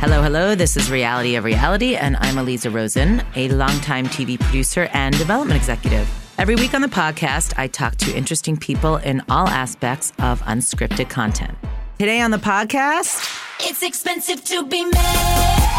Hello, hello. This is Reality of Reality, and I'm Aliza Rosen, a longtime TV producer and development executive. Every week on the podcast, I talk to interesting people in all aspects of unscripted content. Today on the podcast, It's expensive to be mad.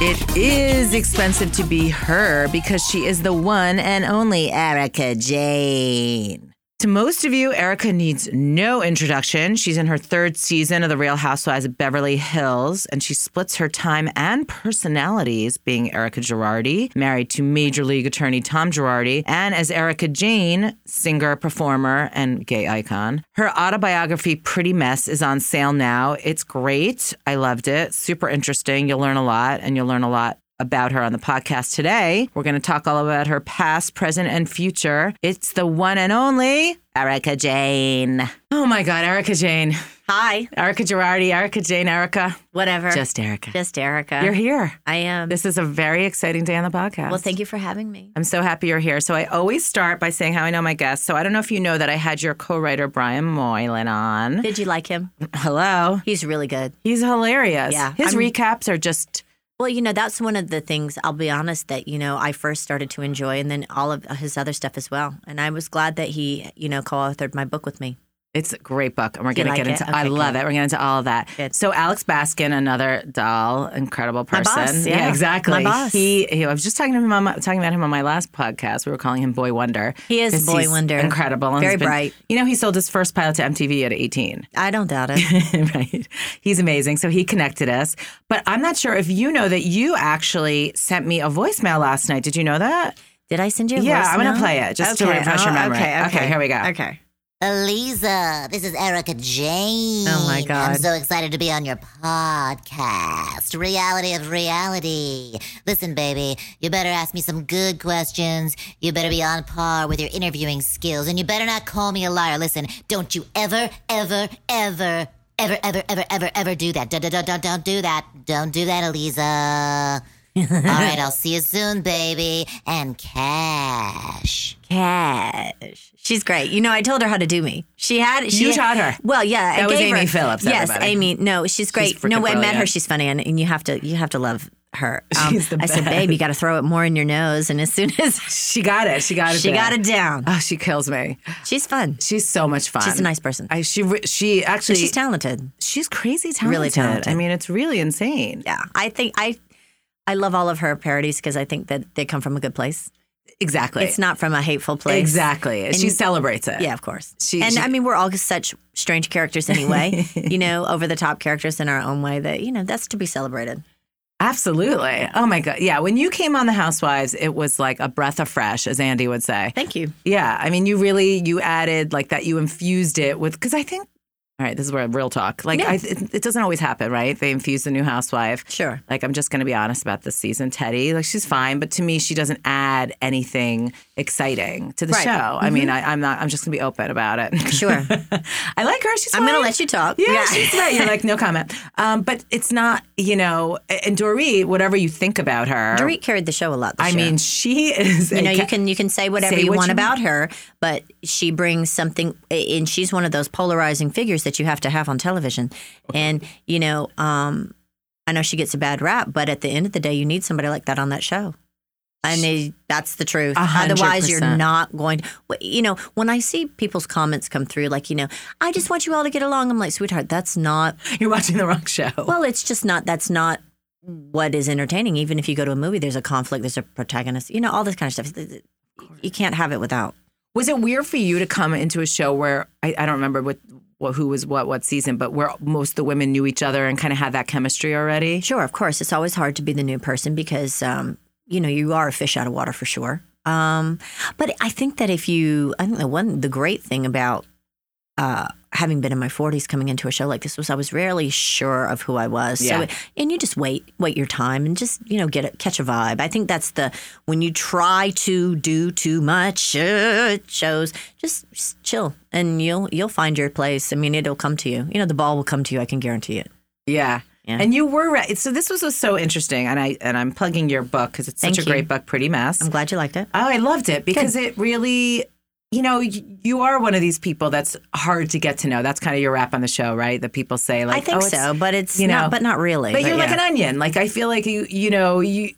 it is expensive to be her because she is the one and only Erica Jane. To most of you, Erica needs no introduction. She's in her third season of The Real Housewives of Beverly Hills, and she splits her time and personalities being Erica Girardi, married to Major League attorney Tom Girardi, and as Erica Jane, singer, performer, and gay icon. Her autobiography, Pretty Mess, is on sale now. It's great. I loved it. Super interesting. You'll learn a lot, and you'll learn a lot about her on the podcast today. We're going to talk all about her past, present, and future. It's the one and only Erica Jane. Oh my God, Erica Jane. Hi, Erica Girardi, Erica Jane, Erica. whatever. Just, Just Erica. Erica. You're here. I am. This is a very exciting day on the podcast. well, thank you for having me. I'm so happy you're here. So I always start by saying how I know my guests. So I don't know if you know that I had your co-writer Brian Moylan on. Did you like him? Hello. He's really good. He's hilarious. Yeah, His I'm- recaps are just Well, you know, that's one of the things I'll be honest that, you know, I first started to enjoy and then all of his other stuff as well. And I was glad that he, you know, co authored my book with me. It's a great book, and we're Do you going to like get it? into. I Okay, love good. it. We're going to into all of that. Good. So Alex Baskin, another doll, incredible My person. boss, yeah. exactly. My boss. He, he- I was just talking to him. On my, talking about him on my last podcast. We were calling him Boy Wonder. He is 'Cause Boy he's Wonder. Incredible. and Very he's been- bright. You know, he sold his first pilot to MTV at 18. I don't doubt it. right. He's amazing. So he connected us. But I'm not sure if you know that you actually sent me a voicemail last night. Did you know that? Did I send you a Yeah, I'm going voicemail? to play it just to Okay. refresh your Oh, memory. okay, okay. here we go. Okay. Aliza, this is Erica Jane. Oh, my God. I'm so excited to be on your podcast, Reality of Reality. Listen, baby, you better ask me some good questions. You better be on par with your interviewing skills, and you better not call me a liar. Listen, don't you ever, ever, ever, ever, ever, ever, ever, ever do that. Don't, don't, don't, don't do that. Don't do that, Aliza. All right, I'll see you soon, baby. And cash. Cash. She's great. You know, I told her how to do me. She had. She You taught her. Well, yeah. I That was gave Amy her- Phillips, Yes, everybody. Amy. No, she's great. freaking no, I met her. brilliant. She's funny, and, and you have to you have to love her. Um, She's the I said, best. babe, you got to throw it more in your nose, and as soon as She got it. She got it. she there. got it down, Oh, she kills me. she's fun. She's so much fun. She's a nice person. I, she re- she actually She's talented. she's crazy talented. Really talented. I mean, it's really insane. Yeah, I think I. I love all of her parodies because I think that they come from a good place. Exactly. It's not from a hateful place. exactly. she celebrates it. Yeah, of course. She- and she- I mean, we're all such strange characters anyway, you know, over the top characters in our own way that, you know, that's to be celebrated. Absolutely. Oh my god. Yeah. When you came on the Housewives, it was like a breath of fresh, as Andy would say. Thank you. Yeah. I mean, you really you added like that. You infused it with because I think. All right, this is where real talk. Like, Yeah. I, it, it doesn't always happen, right? They infuse the new housewife. Sure. Like, I'm just going to be honest about this season. Teddy, like, she's fine, but to me, she doesn't add anything exciting to the Right. Mm-hmm. show. I mean, I, I'm not. I'm just going to be open about it. Sure. I like her. She's. I'm going to fine. let you talk. Yeah, she's right. You're like no comment. Um, but it's not, you know. And Dorit, whatever you think about her, Dorit carried the show a lot this I year. mean, she is. you know, you can you can say whatever Say you what want you about her, but she brings something, and she's one of those polarizing figures that you have to have on television. And you know, um, I know she gets a bad rap, but at the end of the day, you need somebody like that on that show. And they, that's the truth. A hundred Otherwise, you're percent. not going. wh- You know, when I see people's comments come through, like you know, I just want you all to get along. I'm like, sweetheart, that's not You're watching the wrong show. well, it's just not. That's not what is entertaining. Even if you go to a movie, there's a conflict. There's a protagonist. You know, all this kind of stuff. Th- th- You can't have it without. Was it weird for you to come into a show where I, I don't remember what, what who was what what season, but where most of the women knew each other and kind of had that chemistry already? Sure, of course, it's always hard to be the new person because um, you know you are a fish out of water for sure. Um, but I think that if you, I think the one, the great thing about uh, having been in my 40s, coming into a show like this was I was rarely sure of who I was. Yeah. So, it- and you just wait, wait your time, and just you know get a, catch a vibe. I think that's the when you try to do too much, uh, it shows just, just chill, and you'll you'll find your place. I mean, it'll come to you. You know, the ball will come to you. I can guarantee it. Yeah. Yeah. And you were right. So this was, was so interesting, and I and I'm plugging your book because it's Thank such a you. great book, Pretty Mess. I'm glad you liked it. oh, I loved it because it really you know, y- you are one of these people that's hard to get to know. That's kind of your rap on the show, right? That people say, like, I think oh, it's- so, but it's you know, not, but not really. But, you're like yeah. an onion. Like I feel like you, you know, you.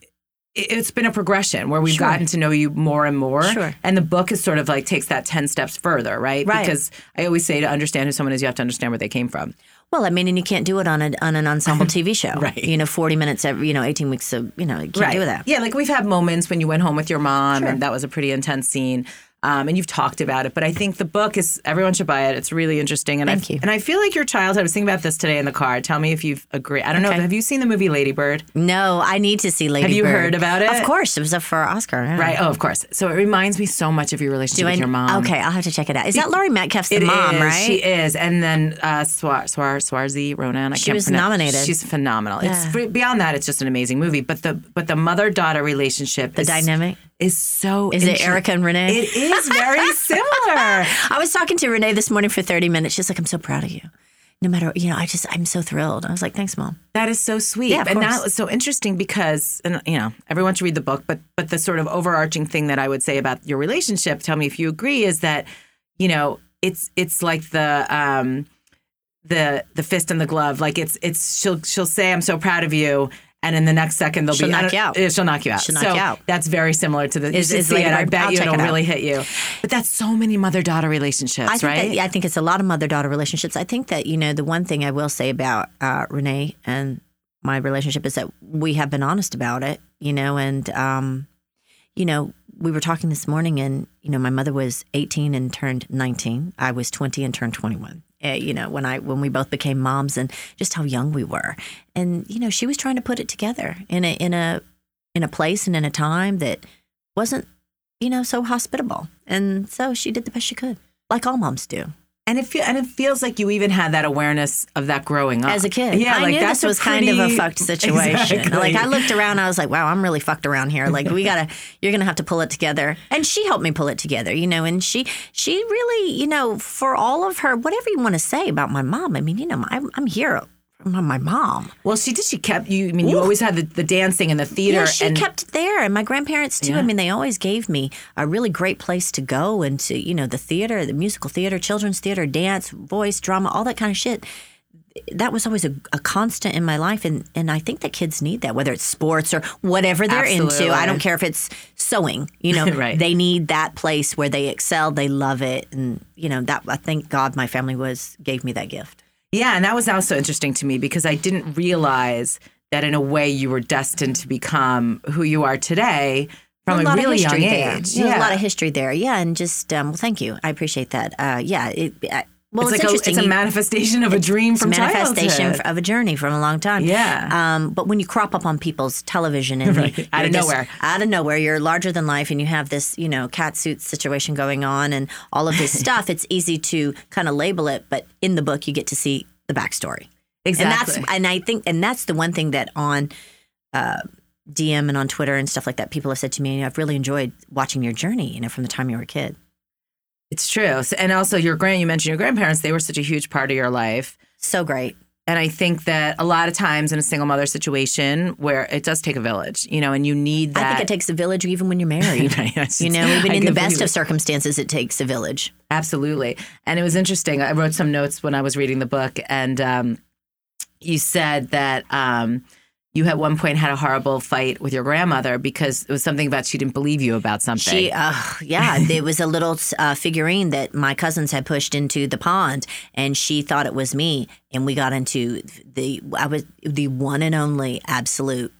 it- It's been a progression where we've Sure. gotten to know you more and more, Sure. and the book is sort of like takes that ten steps further, right? Right. Because I always say to understand who someone is, you have to understand where they came from. Well, I mean, and you can't do it on, a, on an ensemble TV show. Right. You know, 40 minutes every, you know, 18 weeks of, you know, you can't do that. Yeah, like we've had moments when you went home with your mom, and that was a pretty intense scene. Um, and you've talked about it, but I think the book is everyone should buy it. It's really interesting, and Thank I you. and I feel like your childhood. I was thinking about this today in the car. Tell me if you've agreed. I don't know. Okay. Have you seen the movie Lady Bird? No, I need to see Lady Have you Bird. heard about it? Of course. It was up for Oscar. yeah. Right. Oh, of course. So it reminds me so much of your relationship Do I- with your mom. Okay, I'll have to check it out. Is that Laurie Metcalf's the It mom, is. right? She is, and then uh, Swar Swar Swarzi Ronan. I She can't was pronounce- nominated. She's phenomenal. It's Yeah. fr- beyond that. It's just an amazing movie. But the but the mother daughter relationship, the dynamic. is so. Is it inter- Erica and Renee? It is very similar. I was talking to Renee this morning for 30 minutes. She's like, I'm so proud of you. No matter, you know, I just, I'm so thrilled. I was like, thanks, mom. That is so sweet. Yeah, of and that course. was so interesting because and you know, everyone should read the book, but but the sort of overarching thing that I would say about your relationship, tell me if you agree, is that, you know, it's it's like the um the the fist and the glove. Like it's it's she'll she'll say, I'm so proud of you. And in the next second, they'll She'll be I knock don't- you out. eh, She'll knock you out. She'll knock so you out. that's very similar to the. you Is- should is see it. Lady I Bird- bet I'll you check it'll it out. really hit you. But that's so many mother-daughter relationships, I think right? that, yeah, I think it's a lot of mother daughter relationships. I think that, you know, the one thing I will say about uh, Renee and my relationship is that we have been honest about it, you know, and, um, you know, we were talking this morning and, you know, my mother was 18 and turned 19. I was 20 and turned 21. eh, you know, when I when we both became moms and just how young we were. And you know, she was trying to put it together in a in a in a place and in a time that wasn't, you know, so hospitable. And so she did the best she could, like all moms do. And it feel, and it feels like you even had that awareness of that growing up As a kid, Uh, Yeah, I like knew that's this was a kind of a pretty- fucked situation. Exactly. Like I looked around, I was like, "Wow, I'm really fucked around here. Like we gotta, you're gonna have to pull it together." And she helped me pull it together, you know. And she, she really, you know, for all of her, whatever you want to say about my mom, I mean, you know, I'm, I'm here, I'm my mom. Well, she did. She kept you. I mean, you always had the, the dancing and the theater. Yeah, she and kept it there, and my grandparents too. Yeah. I mean, they always gave me a really great place to go and to you know the theater, the musical theater, children's theater, dance, voice, drama, all that kind of shit. That was always a, a constant in my life, and and I think that kids need that, whether it's sports or whatever they're Absolutely. into. I don't care if it's sewing, you know, Right. they need that place where they excel, they love it, and you know that. I thank God my family was gave me that gift. yeah, and that was also interesting to me because I didn't realize that in a way you were destined to become who you are today from a, lot really of history young there. age. Yeah, yeah, a lot of history there. Yeah, and just um, well, thank you. I appreciate that. Uh, yeah, it, I, well, it's, it's, like a, interesting. it's a You- manifestation of a dream from it's manifestation childhood. of a journey from a long time. Yeah. Um, but when you crop up on people's television and Right. you're Out of just- nowhere. out of nowhere, you're larger than life, and you have this, you know, cat suit situation going on, and all of this stuff. It's easy to kind of label it, but in the book, you get to see the backstory. exactly. And that's and I think and that's the one thing that on uh, DM and on Twitter and stuff like that, people have said to me, I've really enjoyed watching your journey, you know, from the time you were a kid. it's true. S- And also, your grand. You mentioned your grandparents. They were such a huge part of your life. So great. And I think that a lot of times in a single mother situation where it does take a village, you know, and you need that. I think it takes a village even when you're married. Right. you know, even I in the completely- best of circumstances, it takes a village. Absolutely. And it was interesting. I wrote some notes when I was reading the book, and um, you said that um, you at one point had a horrible fight with your grandmother because it was something about she didn't believe you about something. She, uh, yeah, there was a little uh, figurine that my cousins had pushed into the pond, and she thought it was me, and we got into the I was the one and only absolute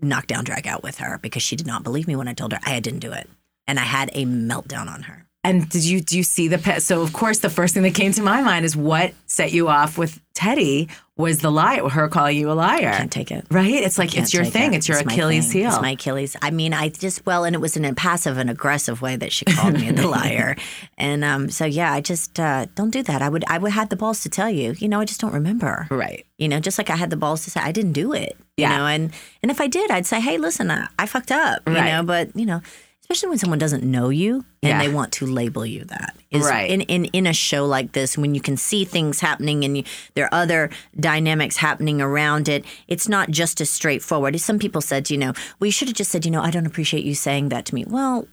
knockdown drag out with her because she did not believe me when I told her I didn't do it, and I had a meltdown on her. and did you do you see the pet? So of course the first thing that came to my mind is what set you off with Teddy was the lie, her calling you a liar. Can't take it. Right? It's like Can't it's your take thing. it. It's your my Achilles thing. heel. It's my Achilles. I mean, I just well, and it was in a passive and aggressive way that she called me the liar, and um, so yeah, I just uh, don't do that. I would I would have the balls to tell you, you know, I just don't remember, right. you know, just like I had the balls to say I didn't do it, Yeah. you know, and and if I did, I'd say, hey, listen, I, I fucked up, you Right. know, but you know. Especially when someone doesn't know you and Yeah. they want to label you that. Is Right. In, in in a show like this, when you can see things happening and you, there are other dynamics happening around it, it's not just as straightforward. Some people said, you know, well, you should have just said, you know, I don't appreciate you saying that to me. Well,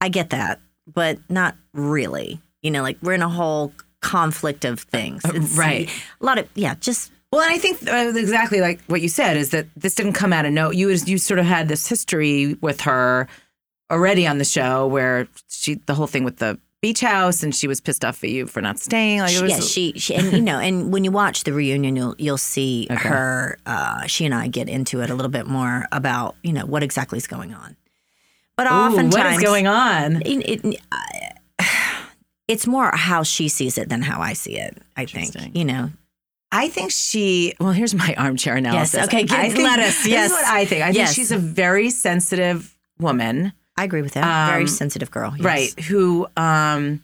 I get that. but not really. You know, like we're in a whole conflict of things. It's- Uh, right. A lot of, yeah, just Well, and I think uh, exactly like what you said is that this didn't come out of no. You was- you sort of had this history with her already on the show where she the whole thing with the beach house and she was pissed off at you for not staying. Like it was yeah, she, she and you know, and when you watch the reunion, you'll you'll see her. Uh, she and I get into it a little bit more about you know what exactly is going on. But Ooh, oftentimes, what is going on? It, it, I- uh, it's more how she sees it than how I see it. I think Interesting. you know. I think she. Well, here's my armchair analysis. okay, good. I think- Let us, yes. This is what I think. I Yes. think she's a very sensitive woman. I agree with that. Very Um, sensitive girl. yes. right who um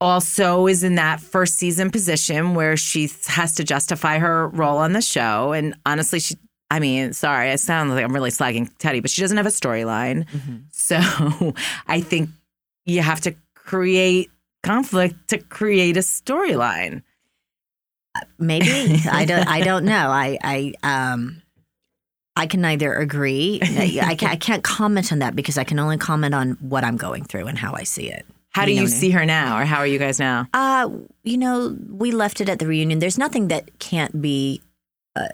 also is in that first season position where she has to justify her role on the show and honestly she i mean sorry i sound like i'm really slagging teddy but she doesn't have a storyline Mm-hmm. so i think you have to create conflict to create a storyline Maybe I don't. I don't know. I I um. I can either agree. I can't, I can't comment on that because I can only comment on what I'm going through and how I see it. how do You know you what I see her now or how are you guys now Uh, you know, we left it at the reunion. There's nothing that can't be uh,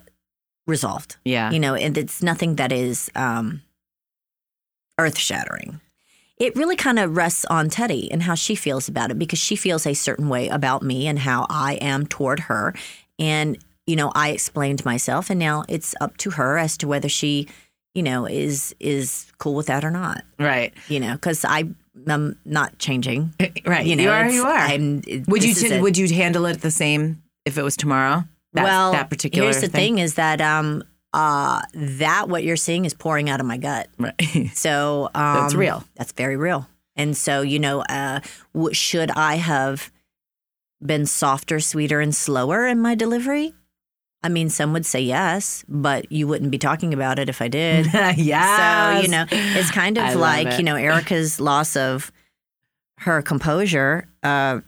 resolved. yeah You know, and it's nothing that is um, earth shattering. It really kind of rests on Teddy and how she feels about it because she feels a certain way about me and how I am toward her. And, you know, I explained myself and now it's up to her as to whether she, you know, is is cool with that or not, right you know, because I'm not changing. right You know, are it's- you are I'm, would you this is t- it. would you handle it the same if it was tomorrow that, well, that particular here's the thing, thing. is that um uh that what you're seeing is pouring out of my gut. Right. So um, That's real. That's very real. And so you know, uh, w- should I have been softer, sweeter, and slower in my delivery? I mean, some would say yes, but you wouldn't be talking about it if I did. yeah. So, you know, it's kind I of love like, it. you know, Erica's loss of her composure uh,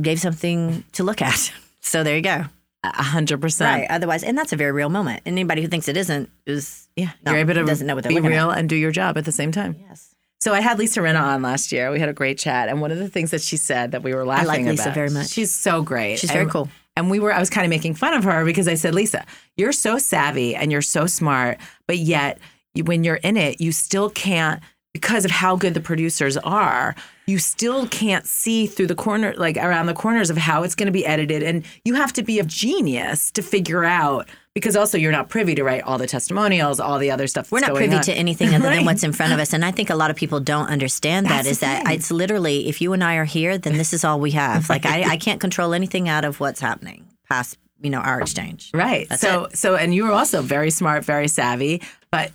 gave something to look at. So there you go. a hundred Right. percent. Otherwise, and that's a very real moment. And anybody who thinks it isn't is Yeah, No, you're able to doesn't know what they're be looking at. real and do your job at the same time. yes. So I had Lisa Rinna on last year. We had a great chat, and one of the things that she said that we were laughing Lisa about- very much. She's so great. She's very And- cool. And we were, I was kind of making fun of her because I said, Lisa, you're so savvy and you're so smart, but yet you, when you're in it, you still can't, because of how good the producers are, you still can't see through the corner, like around the corners of how it's going to be edited. And you have to be a genius to figure out, because also you're not privy to write all the testimonials, all the other stuff. We're that's not going privy on. to anything other Right. than what's in front of us. And I think a lot of people don't understand that That's is the that thing. it's literally if you and I are here, then this is all we have. Like I, I can't control anything out of what's happening past, you know, our exchange. Right. so so and you were also very smart, very savvy, but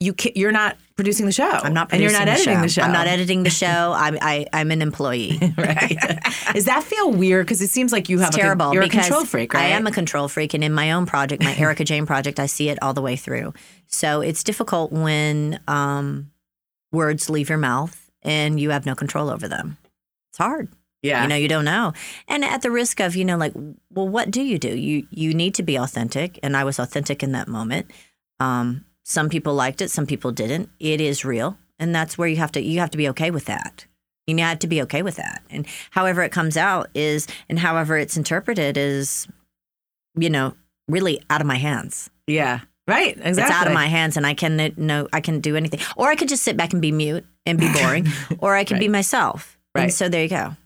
you ca you're not producing the show. I'm not and you're producing not editing the show. I'm not editing the show. I'm I, I'm an employee. right. Does that feel weird? Because it seems like you have It's a con- terrible you're a because control freak, right? I am a control freak, and in my own project, my Erica Jane project, I see it all the way through. So it's difficult when um, words leave your mouth and you have no control over them. It's hard. yeah. You know, you don't know, and at the risk of you know, like, well, what do you do? You you need to be authentic, and I was authentic in that moment. Um, some people liked it, some people didn't. It is real, and that's where you have to you have to be okay with that. You have to be okay with that, and however it comes out is, and however it's interpreted is, you know, really out of my hands. yeah. Right. Exactly. It's out of my hands, and I can no, I can do anything, or I could just sit back and be mute and be boring, or I could be myself. Right. And so there you go.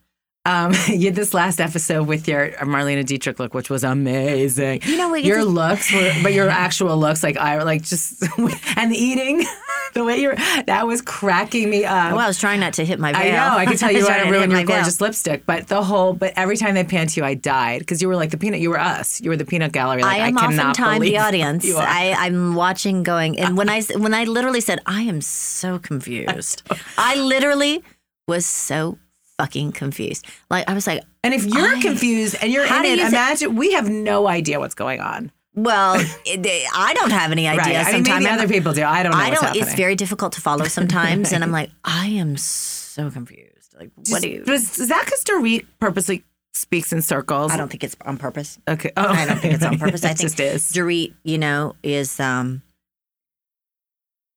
Um, you had this last episode with your uh, Marlena Dietrich look, which was amazing. You know, we get your to- looks, were, but your actual looks, like I like just and the eating, the way you're that was cracking me up. Well, Oh, I was trying not to hit my I veil. know. I can tell was you right, trying not I to hit ruined my your veil. gorgeous lipstick, but the whole. But every time they panned to you, I died because you were like the peanut. You were us. You were the peanut gallery. Like, I am cannot oftentimes believe the audience. You are. I, I'm watching, going, and when I s- when I literally said, I am so confused. I literally was so fucking confused. Like I was like, and if you're I- confused and you're How in do it, you say- imagine we have no idea what's going on. well, it, they- I don't have any idea. Right? I mean, sometimes maybe other people do. I don't know. I what's don't. Happening. It's very difficult to follow sometimes, and I'm like, I am so confused. Like, what do you? Does, does that because Dorit purposely speaks in circles? I don't think it's on purpose. Okay. Oh. I don't think it's on purpose. it I think just is. Dorit, you know, is um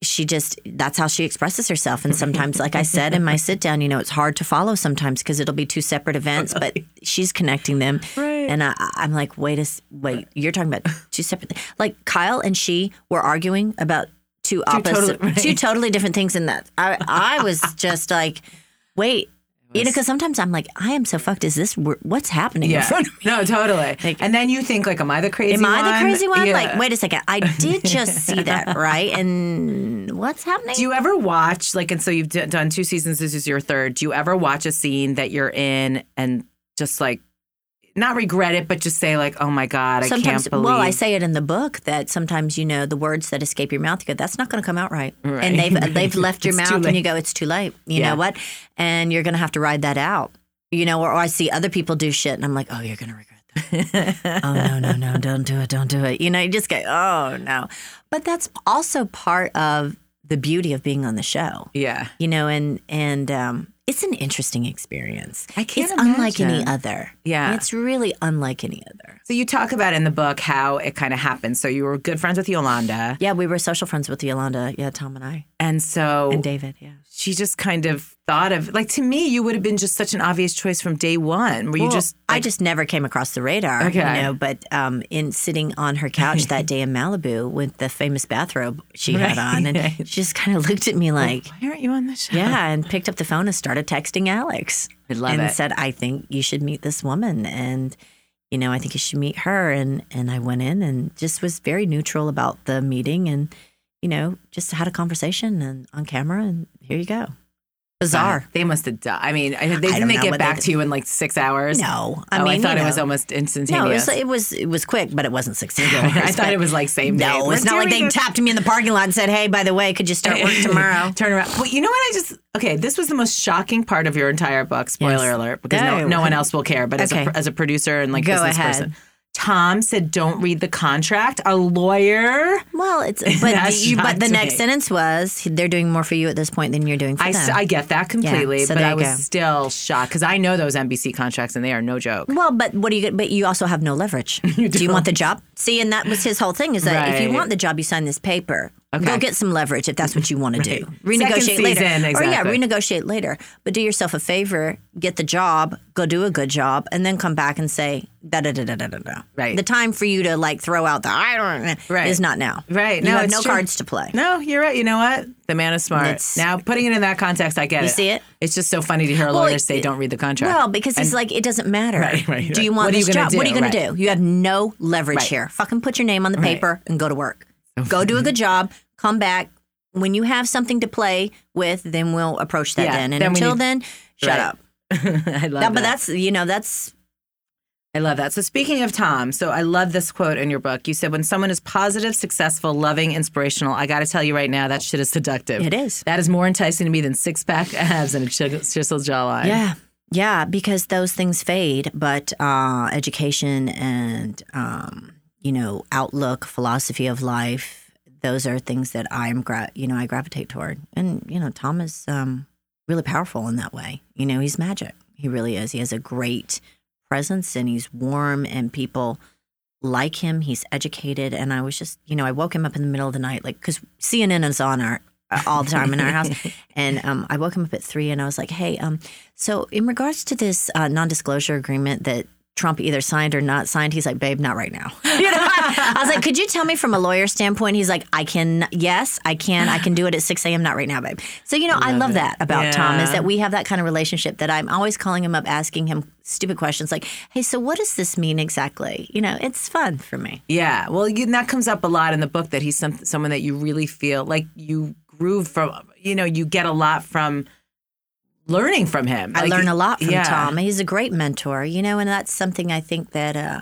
she just that's how she expresses herself and sometimes like i said in my sit down you know it's hard to follow sometimes because it'll be two separate events but she's connecting them Right. and I, i'm like wait a s- wait you're talking about two separate th- like kyle and she were arguing about two opposite totally- right. two totally different things in that i, I was just like wait you know because sometimes i'm like i am so fucked is this wor- what's happening in front of me No, totally. and then you think like, am I the crazy Am I the crazy one? Yeah. Like, wait a second. I did just see that, right? And what's happening? Do you ever watch like, and so you've d- done two seasons. This is your third. Do you ever watch a scene that you're in and just like, not regret it, but just say like, oh my god, I sometimes can't believe. well i say it in the book that sometimes you know the words that escape your mouth you go that's not going to come out right, Right. and they've they've left your It's too mouth late. and you go it's too late you Yeah. know what and you're going to have to ride that out you know or, or i see other people do shit and i'm like oh you're going to regret that oh no no no don't do it don't do it you know you just go oh no but that's also part of the beauty of being on the show yeah. you know and and um it's an interesting experience. I can't It's unlike any imagine. other. Yeah. It's really unlike any other. So you talk about in the book how it kind of happened. So you were good friends with Yolanda, Yeah, we were social friends with Yolanda. Yeah, Tom and I and so and David. Yeah, she just kind of thought of like to me, you would have been just such an obvious choice from day one. Were you just I just never came across the radar. Okay. you know, but um, in sitting on her couch that day in Malibu with the famous bathrobe she Right. had on, and she just kind of looked at me like, why aren't you on the show? yeah, and picked up the phone and started texting Alex. I love and it. said, I think you should meet this woman. And, you know, I think you should meet her. And, and I went in and just was very neutral about the meeting and, you know, just had a conversation and on camera. And here you go. Bizarre. They must have died. I mean, I- they, don't didn't they know get what they back did. to you in like six hours? No, Oh, I I mean, I thought you it was know. almost No, it instantaneous. was, it was it was quick, but it wasn't sixteen. I thought it was like same day. No, it's We're not like doing they it. tapped me in the parking lot and said, "Hey, by the way, could you start work tomorrow?" Turn around. Well, you know what? I just okay. This was the most shocking part of your entire book. Spoiler Yes. alert, because no, No. no one else will care. But as, Okay. a, as a producer and like Go business ahead. person, Tom said, "Don't read the contract." A lawyer. Well, it's but That the, you, but shocked the next me. sentence was they're doing more for you at this point than you're doing for I, them. s- I get that completely, so but there I you was go. still shocked because I know those NBC contracts and they are no joke. well, but what do you? But you also have no leverage. do you want the job? See, and that was his whole thing: is that if you Right. want the job, you sign this paper. Okay. Go get some leverage if that's what you want to do. Second Renegotiate later, season, or yeah, exactly. renegotiate later. But do yourself a favor: get the job, go do a good job, and then come back and say da da da da da da. da. Right. The time for you to like throw out the I don't Right. is not now. Right. You No, have it's no true. cards to play. No, you're right. You know what? The man is smart. It's- now, putting it in that context, I get it. see it? It's just so funny to hear a Well, lawyer it- say, don't read the contract. Well, because he's like, it doesn't matter. Right, right, Do you right. want What are this you gonna job? What are you do? going to Right. do? You have no leverage Right. here. Fucking put your name on the Right. paper and go to work. go do a good job. Come back. When you have something to play with, then we'll approach that Yeah, then. And then we until need- then, shut Right. up. I love That- that. but that's, you know, that's, I love that. So, speaking of Tom, so I love this quote in your book. You said, when someone is positive, successful, loving, inspirational, I got to tell you right now, that shit is seductive. it is. That is more enticing to me than six pack abs and a chig- chiseled jawline. Yeah. Yeah. Because those things fade, but uh, education and, um, you know, outlook, philosophy of life, those are things that I'm, gra- you know, I gravitate toward. And, you know, Tom is um, really powerful in that way. You know, he's magic. He really is. He has a great presence and he's warm and people like him. He's educated. And I was just, you know, I woke him up in the middle of the night, like, because CNN is on our, uh, all the time in our house. And um, I woke him up at three and I was like, hey, um, so in regards to this uh, non disclosure agreement that Trump either signed or not signed, he's like, babe, not right now. You know? I was like, could you tell me from a lawyer standpoint? He's like, I can, yes, I can. I can do it at 6 a.m., not right now, babe. So, you know, I love that about Tom is Yeah. that we have that kind of relationship that I'm always calling him up, asking him stupid questions like, hey, so what does this mean exactly? You know, it's fun for me. Yeah. Well, you, and that comes up a lot in the book that he's some, someone that you really feel like you groove from, you know, you get a lot from learning from him. I Like, learn he- a lot from yeah. Tom. He's a great mentor, you know, and that's something I think that uh,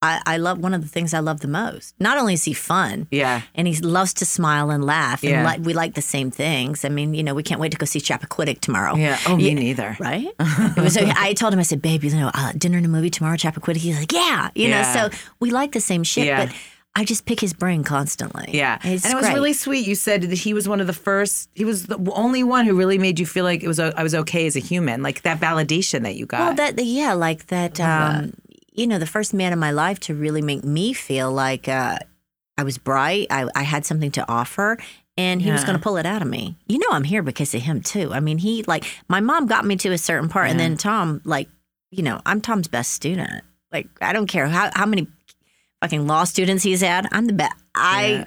I, I love. One of the things I love the most. Not only is he fun, Yeah. and he loves to smile and laugh, and Yeah. li- we like the same things. I mean, you know, we can't wait to go see Chappaquiddick tomorrow. Yeah. Oh, me neither. Right? It was- so I told him, I said, babe, you know, uh, dinner and a movie tomorrow, Chappaquiddick. He's like, yeah, you Yeah. know, so we like the same shit, Yeah. but I just pick his brain constantly. Yeah. It's and it was great. really sweet. You said that he was one of the first, he was the only one who really made you feel like it was, o- I was okay as a human. Like that validation that you got. Well, that yeah, like that. Um, you know, the first man in my life to really make me feel like uh, I was bright. I, I had something to offer, and he was Yeah. going to pull it out of me. You know, I'm here because of him too. I mean, he like my mom got me to a certain part, and Yeah. then Tom, like, you know, I'm Tom's best student. Like, I don't care how how many fucking law students he's had. I'm the best. I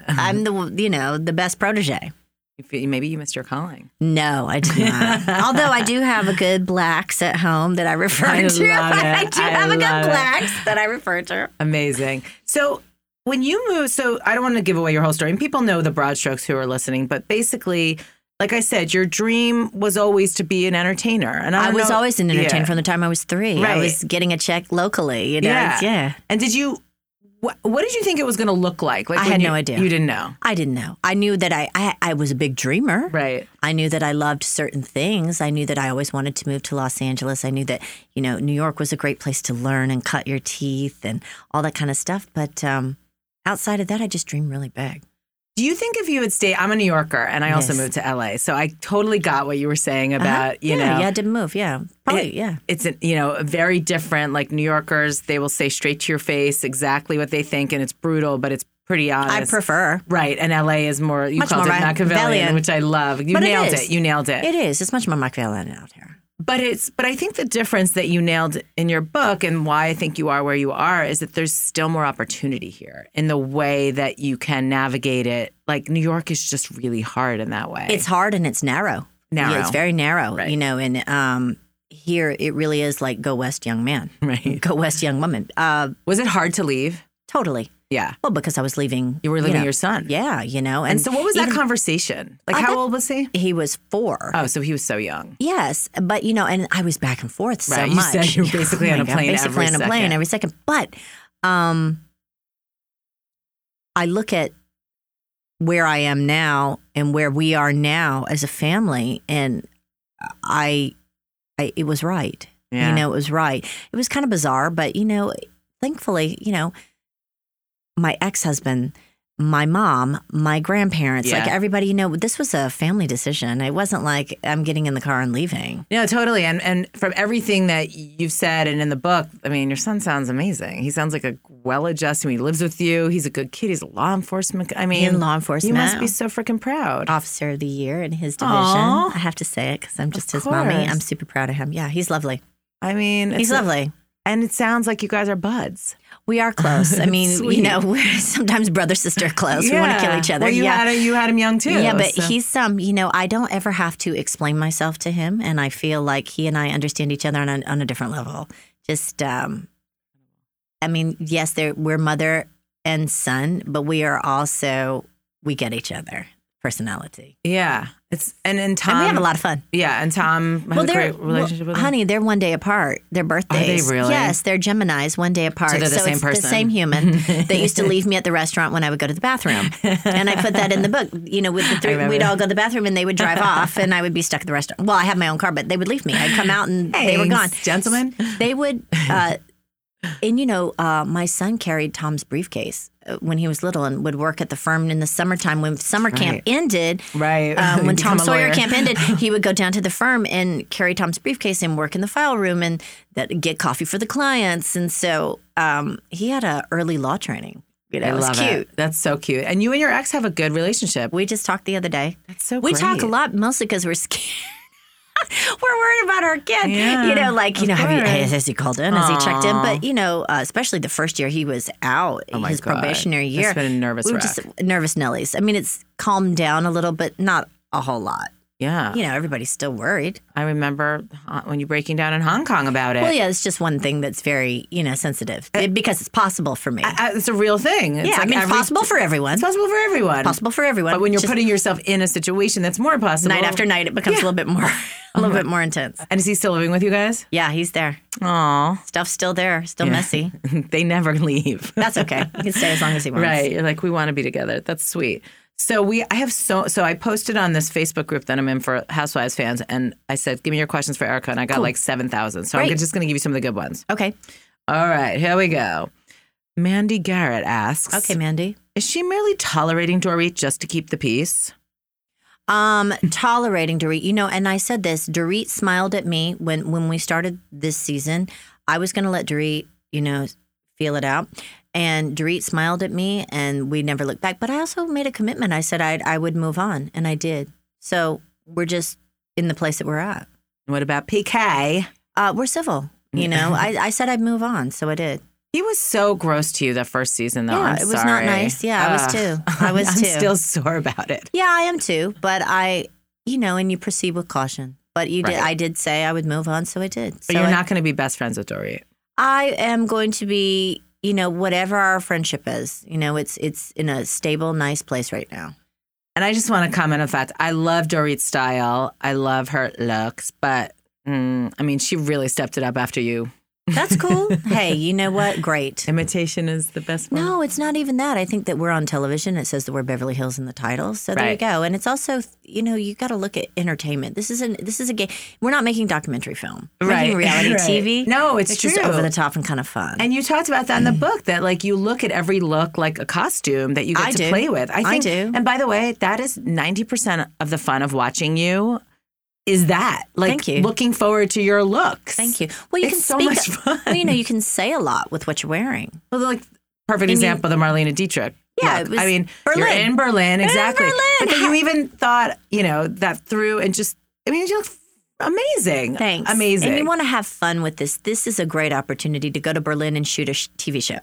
Yeah. I'm the you know the best protege. You feel- Maybe you missed your calling. No, I do not. Although I do have a good blacks at home that I refer I to. love it. I do I have a good love it. blacks that I refer to. Amazing. So when you move, so I don't want to give away your whole story, and people know the broad strokes who are listening, but basically, like I said, your dream was always to be an entertainer, and I, I don't was know- always an entertainer Yeah. from the time I was three. Right. I was getting a check locally. You know? Yeah. Yeah. yeah. And did you? What, what did you think it was going to look like? Like I when had you- no idea. You didn't know, I didn't know. I knew that I, I I was a big dreamer. right? I knew that I loved certain things. I knew that I always wanted to move to Los Angeles. I knew that you know New York was a great place to learn and cut your teeth and all that kind of stuff. But um, outside of that, I just dreamed really big. Do you think if you had stayed? I'm a New Yorker, and I also Yes. moved to LA, so I totally got what you were saying about Uh-huh. you yeah, know yeah, I didn't move. Yeah, probably. It- yeah, it's an, you know very different. Like New Yorkers, they will say straight to your face exactly what they think, and it's brutal, but it's pretty honest. I prefer. Right, and LA is more. You Much called more it Machiavellian, Machiavellian. which I love. You But it nailed it, is. You nailed it. It is. It's much more Machiavellian out here. But it's. But I think the difference that you nailed in your book and why I think you are where you are is that there's still more opportunity here in the way that you can navigate it. Like New York is just really hard in that way. It's hard and it's narrow. Narrow. Yeah, it's very narrow. Right. You know, and um, here it really is like go west, young man. right. Go west, young woman. Uh, Was it hard to leave? totally. Yeah, Well, because I was leaving. you were leaving know. your son. Yeah, you know. And, And so, what was that even- conversation? Like, I how got- old was he? he was four. Oh, so he was so young. Yes, but you know, and I was back and forth so Right, you much. said you were basically Oh on my a God, plane basically every on a plane second. every second. But um, I look at where I am now and where we are now as a family, and I, I it was right. Yeah. You know, it was right. It was kind of bizarre, but you know, thankfully, you know, my ex husband, my mom, my grandparents, like Yeah. everybody, you know, this was a family decision. It wasn't like I'm getting in the car and leaving. No, totally. And and from everything that you've said and in the book, I mean, your son sounds amazing. He sounds like a well-adjusted. I mean, He lives with you. He's a good kid. He's a law enforcement. I mean, In law you enforcement, must be so freaking proud. officer of the year in his division. Aw. I have to say it because I'm just his mommy. course. I'm super proud of him. Yeah, he's lovely. I mean, it's he's a- lovely. and it sounds like you guys are buds. We are close. I mean, Sweet. you know, we're sometimes brother sister close. We want to kill each other. Well, you yeah. had a, you had him young too. Yeah, but so- he's um, you know, I don't ever have to explain myself to him, and I feel like he and I understand each other on a, on a different level. Just, um, I mean, yes, there we're mother and son, but we are also we get each other personality, yeah. It's and and Tom. and we have a lot of fun. Yeah, and Tom has a great relationship well, with him. honey. They're one day apart. Their birthdays, really? Yes, they're Gemini's, one day apart. So they're the same it's person. the same human that used to leave me at the restaurant when I would go to the bathroom, and I put that in the book. You know, with the three, remember. we'd all go to the bathroom, and they would drive off, and I would be stuck at the restaurant. Well, I have my own car, but they would leave me. I'd come out, and they were gone. Thanks, gentlemen. They would, uh, and you know, uh, my son carried Tom's briefcase uh, when he was little, and would work at the firm in the summertime when summer camp ended. Right. Um, when Become Tom a lawyer. Sawyer camp ended, he would go down to the firm and carry Tom's briefcase and work in the file room and that get coffee for the clients. And so um, he had a early law training. You know, I it was love cute. it. That's so cute. And you and your ex have a good relationship. We just talked the other day. That's so we talk a great. lot mostly because we're scared. we're worried about our kid. Yeah, you know, like you of know, have you, course. has he called in? Has he checked in? Aw. Oh But you know, uh, especially the first year he was out, my his God. probationary That's year, been a nervous We were wreck. just nervous Nellies. I mean, it's calmed down a little, but not a whole lot. Yeah. You know, everybody's still worried. I remember uh, when you breaking down in Hong Kong about it. Well, yeah, it's just one thing that's very, you know, sensitive It- because it's possible for me. Uh, I- I- Uh, it's a real thing. It's yeah, I like mean, it's every- possible for everyone. It's possible for everyone. Possible for everyone. But when you're Just putting yourself in a situation that's more impossible, night after night, it becomes a little bit more, a little Uh-huh. bit more intense. And is he still living with you guys? Yeah, he's there. Aw, Stuff's still there, still messy. they never leave. That's okay. He can stay as long as he wants. Right. You're like, we want to be together. That's sweet. So we I have so so I posted on this Facebook group that I'm in for Housewives fans and I said, Give me your questions for Erica and I got like seven thousand. So I'm Great. just gonna give you some of the good ones. Okay. All right, here we go. Mandy Garrett asks Okay, Mandy. Is she merely tolerating Dory just to keep the peace? Um, tolerating Dorit, you know, and I said this. Dorit smiled at me when when we started this season. I was going to let Dorit, you know, feel it out, And Dorit smiled at me, and we never looked back. But I also made a commitment. I said I'd, I would move on, and I did. So we're just in the place that we're at. What about PK? Uh, we're civil. You know, I, I said I'd move on, so I did. He was so gross to you that first season, though. Yeah, I'm it was not sorry. nice. Yeah, I was too. I was I'm too. still sore about it. Yeah, I am too. But I, you know, and you proceed with caution. But you did. Right. I did say I would move on, so I did. But so you're I, not going to be best friends with Dory. I am going to be, you know, whatever our friendship is. You know, it's it's in a stable, nice place right now. And I just want to comment on the fact I love Dorit's style. I love her looks, but mm, I mean, she really stepped it up after you. That's cool. hey, you know what? Great. Imitation is the best one. No, it's not even that. I think that we're on television. It says the word Beverly Hills in the title, so there you Right. go. And it's also, you know, you got to look at entertainment. This isn't. This is a game. We're not making documentary film. We're making Right. reality Right. TV. No, it's just true. over the top and kind of fun. And you talked about that Mm. in the book that like you look at every look like a costume that you get I to do. play with. I I think do. and by the way, that is 90% of the fun of watching you is that like Thank you. looking forward to your looks. Thank you. Well, you It's can so speak. much fun. Well, you know, you can say a lot with what you're wearing. Well, like perfect you- example, the Marlena Dietrich. Yeah, look. it was I mean, you're Berlin. in Berlin, exactly. Berlin. But then you even thought, you know, that through and just, I mean, you look amazing. Thanks. Amazing. And you want to have fun with this. This is a great opportunity to go to Berlin and shoot a sh- TV show.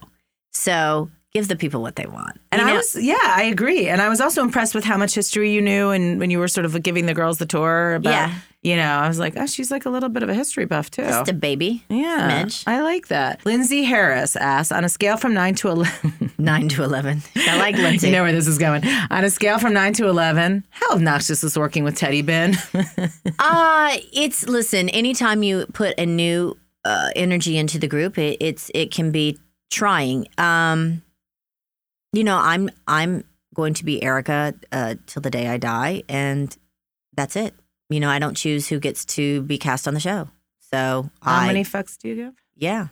So give the people what they want. And You I know- was, yeah, I agree. And I was also impressed with how much history you knew. And when you were sort of giving the girls the tour about, Yeah. you know, I was like, oh, she's like a little bit of a history buff too. just a baby. yeah, smidge. I like that. Lindsay Harris asks on a scale from nine to eleven. Nine to eleven. I like Lindsay. you know where this is going. On a scale from nine to eleven, how obnoxious is working with Teddy been? Uh it's listen. Anytime you put a new uh, energy into the group, it, it's it can be trying. Um, you know, I'm I'm going to be Erica uh, till the day I die, and that's it. You know, I don't choose who gets to be cast on the show. So how I, many fucks do you give? yeah,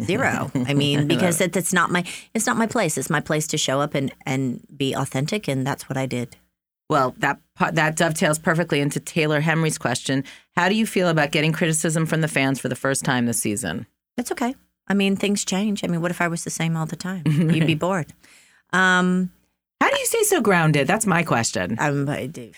zero. I mean, because that, that's not my it's not my place. It's my place to show up and and be authentic, and that's what I did. Well, that po- that dovetails perfectly into Taylor Henry's question. How do you feel about getting criticism from the fans for the first time this season? That's okay. I mean, things change. I mean, what if I was the same all the time? You'd be bored. Um, How do you stay so grounded? That's my question. I'm, I do-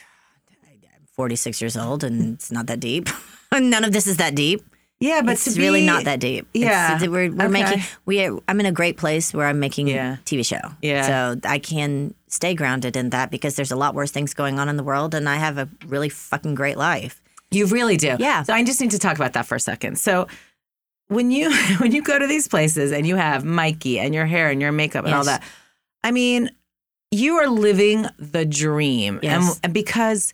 I'm 46 years old, and it's not that deep. None of this is that deep. Yeah, but it's to be, really not that deep. It's- yeah, it's- we're okay. we're making. We are, I'm in a great place where I'm making Yeah. TV show. Yeah. So I can stay grounded in that because there's a lot worse things going on in the world, and I have a really fucking great life. You really do. Yeah. So I just need to talk about that for a second. So when you when you go to these places and you have Mikey and your hair and your makeup and all Yes. that, I mean, you are living the dream. Yes. And, and because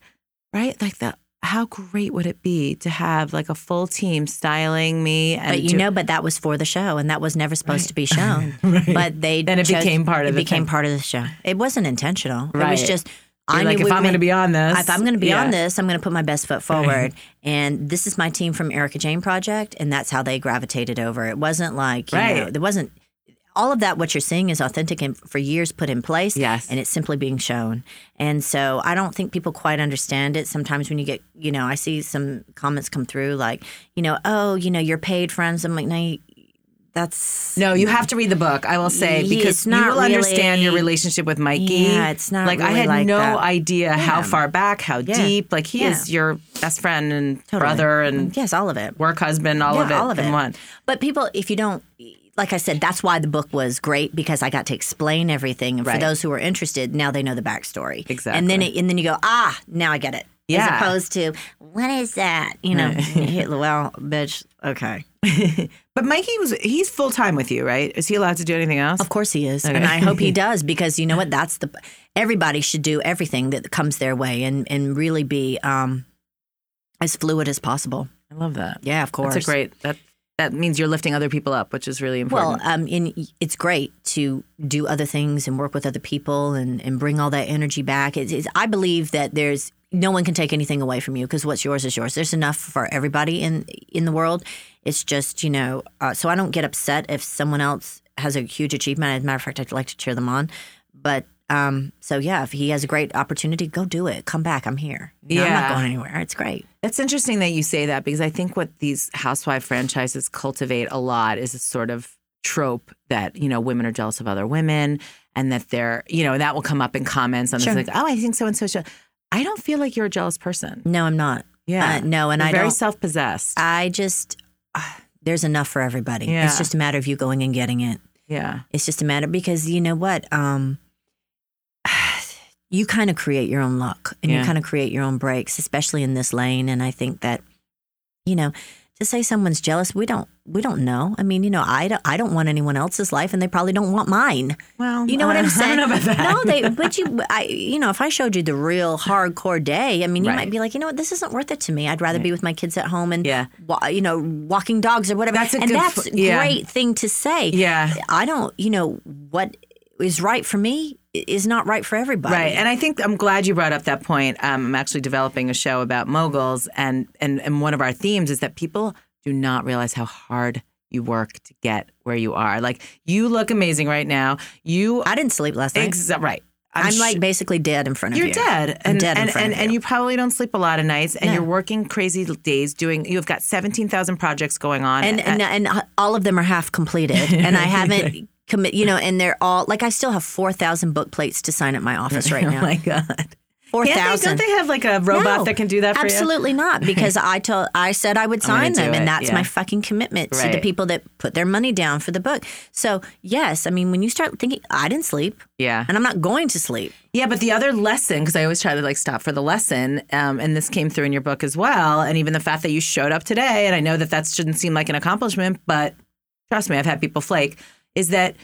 right, like the how great would it be to have like a full team styling me and But you do- know, but that was for the show, and that was never supposed to be shown. Right. But they Then it chose- became part of it the became thing. part of the show. It wasn't intentional. It was Right. just You're I like knew if we I'm going to made- be on this, If I'm going to be on Yeah. this, I'm going to put my best foot forward. and this is my team from Erica Jane Project, and that's how they gravitated over. It wasn't like you know, Right. there wasn't all of that. What you're seeing is authentic and for years put in place. Yes. and it's simply being shown. And so I don't think people quite understand it. Sometimes when you get, you know, I see some comments come through like, you know, oh, you know, you're paid friends. I'm like, no, you- that's No, you have to read the book. I will say Yeah, because it's not you will understand really- your relationship with Mikey. Yeah, it's not like I really had like no that. idea how Yeah. far back, how Yeah. deep. Like he Yeah. is your best friend and Totally. brother and yes, all of it. work husband, all Yeah, of it all of in it. one. But people, if you don't, like I said, that's why the book was great because I got to explain everything. And for Right. those who are interested, now they know the backstory. And then Exactly. it, and then you go, ah, now I get it. Yeah. As opposed to what is that? You know, well, bitch. Okay. But Mikey was he's full time with you, right? Is he allowed to do anything else? Of course he is, and I hope he does because you know what? That's the everybody should do everything that comes their way and and really be um as fluid as possible. I love that. Yeah, of course. That's a great that that means you're lifting other people up, which is really important. Well, um, and it's great to do other things and work with other people and, and bring all that energy back. It's, it's, I believe that there's no one can take anything away from you because what's yours is yours. There's enough for everybody in in the world. It's just you know, uh, so I don't get upset if someone else has a huge achievement. As a matter of fact, I'd like to cheer them on. But um, so yeah, if he has a great opportunity, go do it. Come back. I'm here. You know, I'm Yeah. not going anywhere. It's great. That's interesting that you say that because I think what these housewife franchises cultivate a lot is a sort of trope that you know women are jealous of other women and that they're you know that will come up in comments on Sure. this like oh I think so and so. I don't feel like you're a jealous person. No, I'm not. Yeah, Uh, no, and You're I very don't. self possessed. I just ah, there's enough for everybody. Yeah. It's just a matter of you going and getting it. yeah, It's just a matter because you know what? Um, you kind of create your own luck and Yeah. you kind of create your own breaks, especially in this lane. And I think that, you know, to say someone's jealous, we don't we don't know. I mean, you know, I don't, I don't want anyone else's life, and they probably don't want mine. well, uh, You know what I I'm don't saying? know about that. No, they. But you, I, you know, if I showed you the real hardcore day, I mean, you Right. might be like, you know what, this isn't worth it to me. I'd rather be with my kids at home and, Yeah. wa- you know, walking dogs or whatever. That's a and good that's f- yeah. great thing to say. yeah. I don't, you know, what is right for me i- is not right for everybody. Right, and I think I'm glad you brought up that point. Um, I'm actually developing a show about moguls, and, and and one of our themes is that people do not realize how hard you work to get where you are. Like you look amazing right now. You I didn't sleep last night. exa- right. I'm sh- like basically dead in front of you're you. dead, I'm and dead in and front and, of and you. you probably don't sleep a lot of nights, and No. you're working crazy days doing. You've got 17,000 projects going on, And and, and uh, all of them are half completed, and I haven't commit. You know, and they're all like I still have four thousand book plates to sign at my office right oh now. my god, Four Can't they, don't thousand. they have like a robot No, that can do that for you? Absolutely not, because I told I said I would gonna sign do them, it, and that's yeah. my fucking commitment to the Right. people that put their money down for the book. So yes, I mean when you start thinking I didn't sleep, Yeah. and I'm not going to sleep. Yeah, but the other lesson, because I always try to like stop for the lesson, um, and this came through in your book as well, and even the fact that you showed up today, and I know that that shouldn't seem like an accomplishment, but trust me, I've had people flake, is that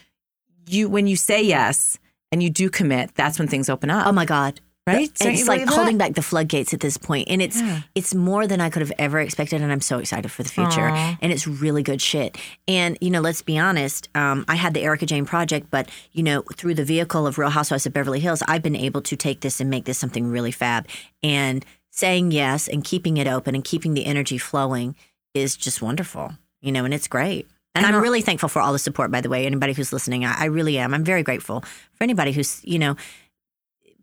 you when you say yes and you do commit, that's when things open up. Oh my god. Right? Don't you it's like believe that? holding back the floodgates at this point, and it's it's more than I could have ever expected, and I'm so excited for the future, Aw. and it's really good shit. And you know, let's be honest, um, I had the Erica Jane project, but you know, through the vehicle of Real Housewives of Beverly Hills, I've been able to take this and make this something really fab. And saying yes and keeping it open and keeping the energy flowing is just wonderful, you know, and it's great. And I'm really thankful for all the support, by the way. Anybody who's listening, I, I really am. I'm very grateful for anybody who's, you know,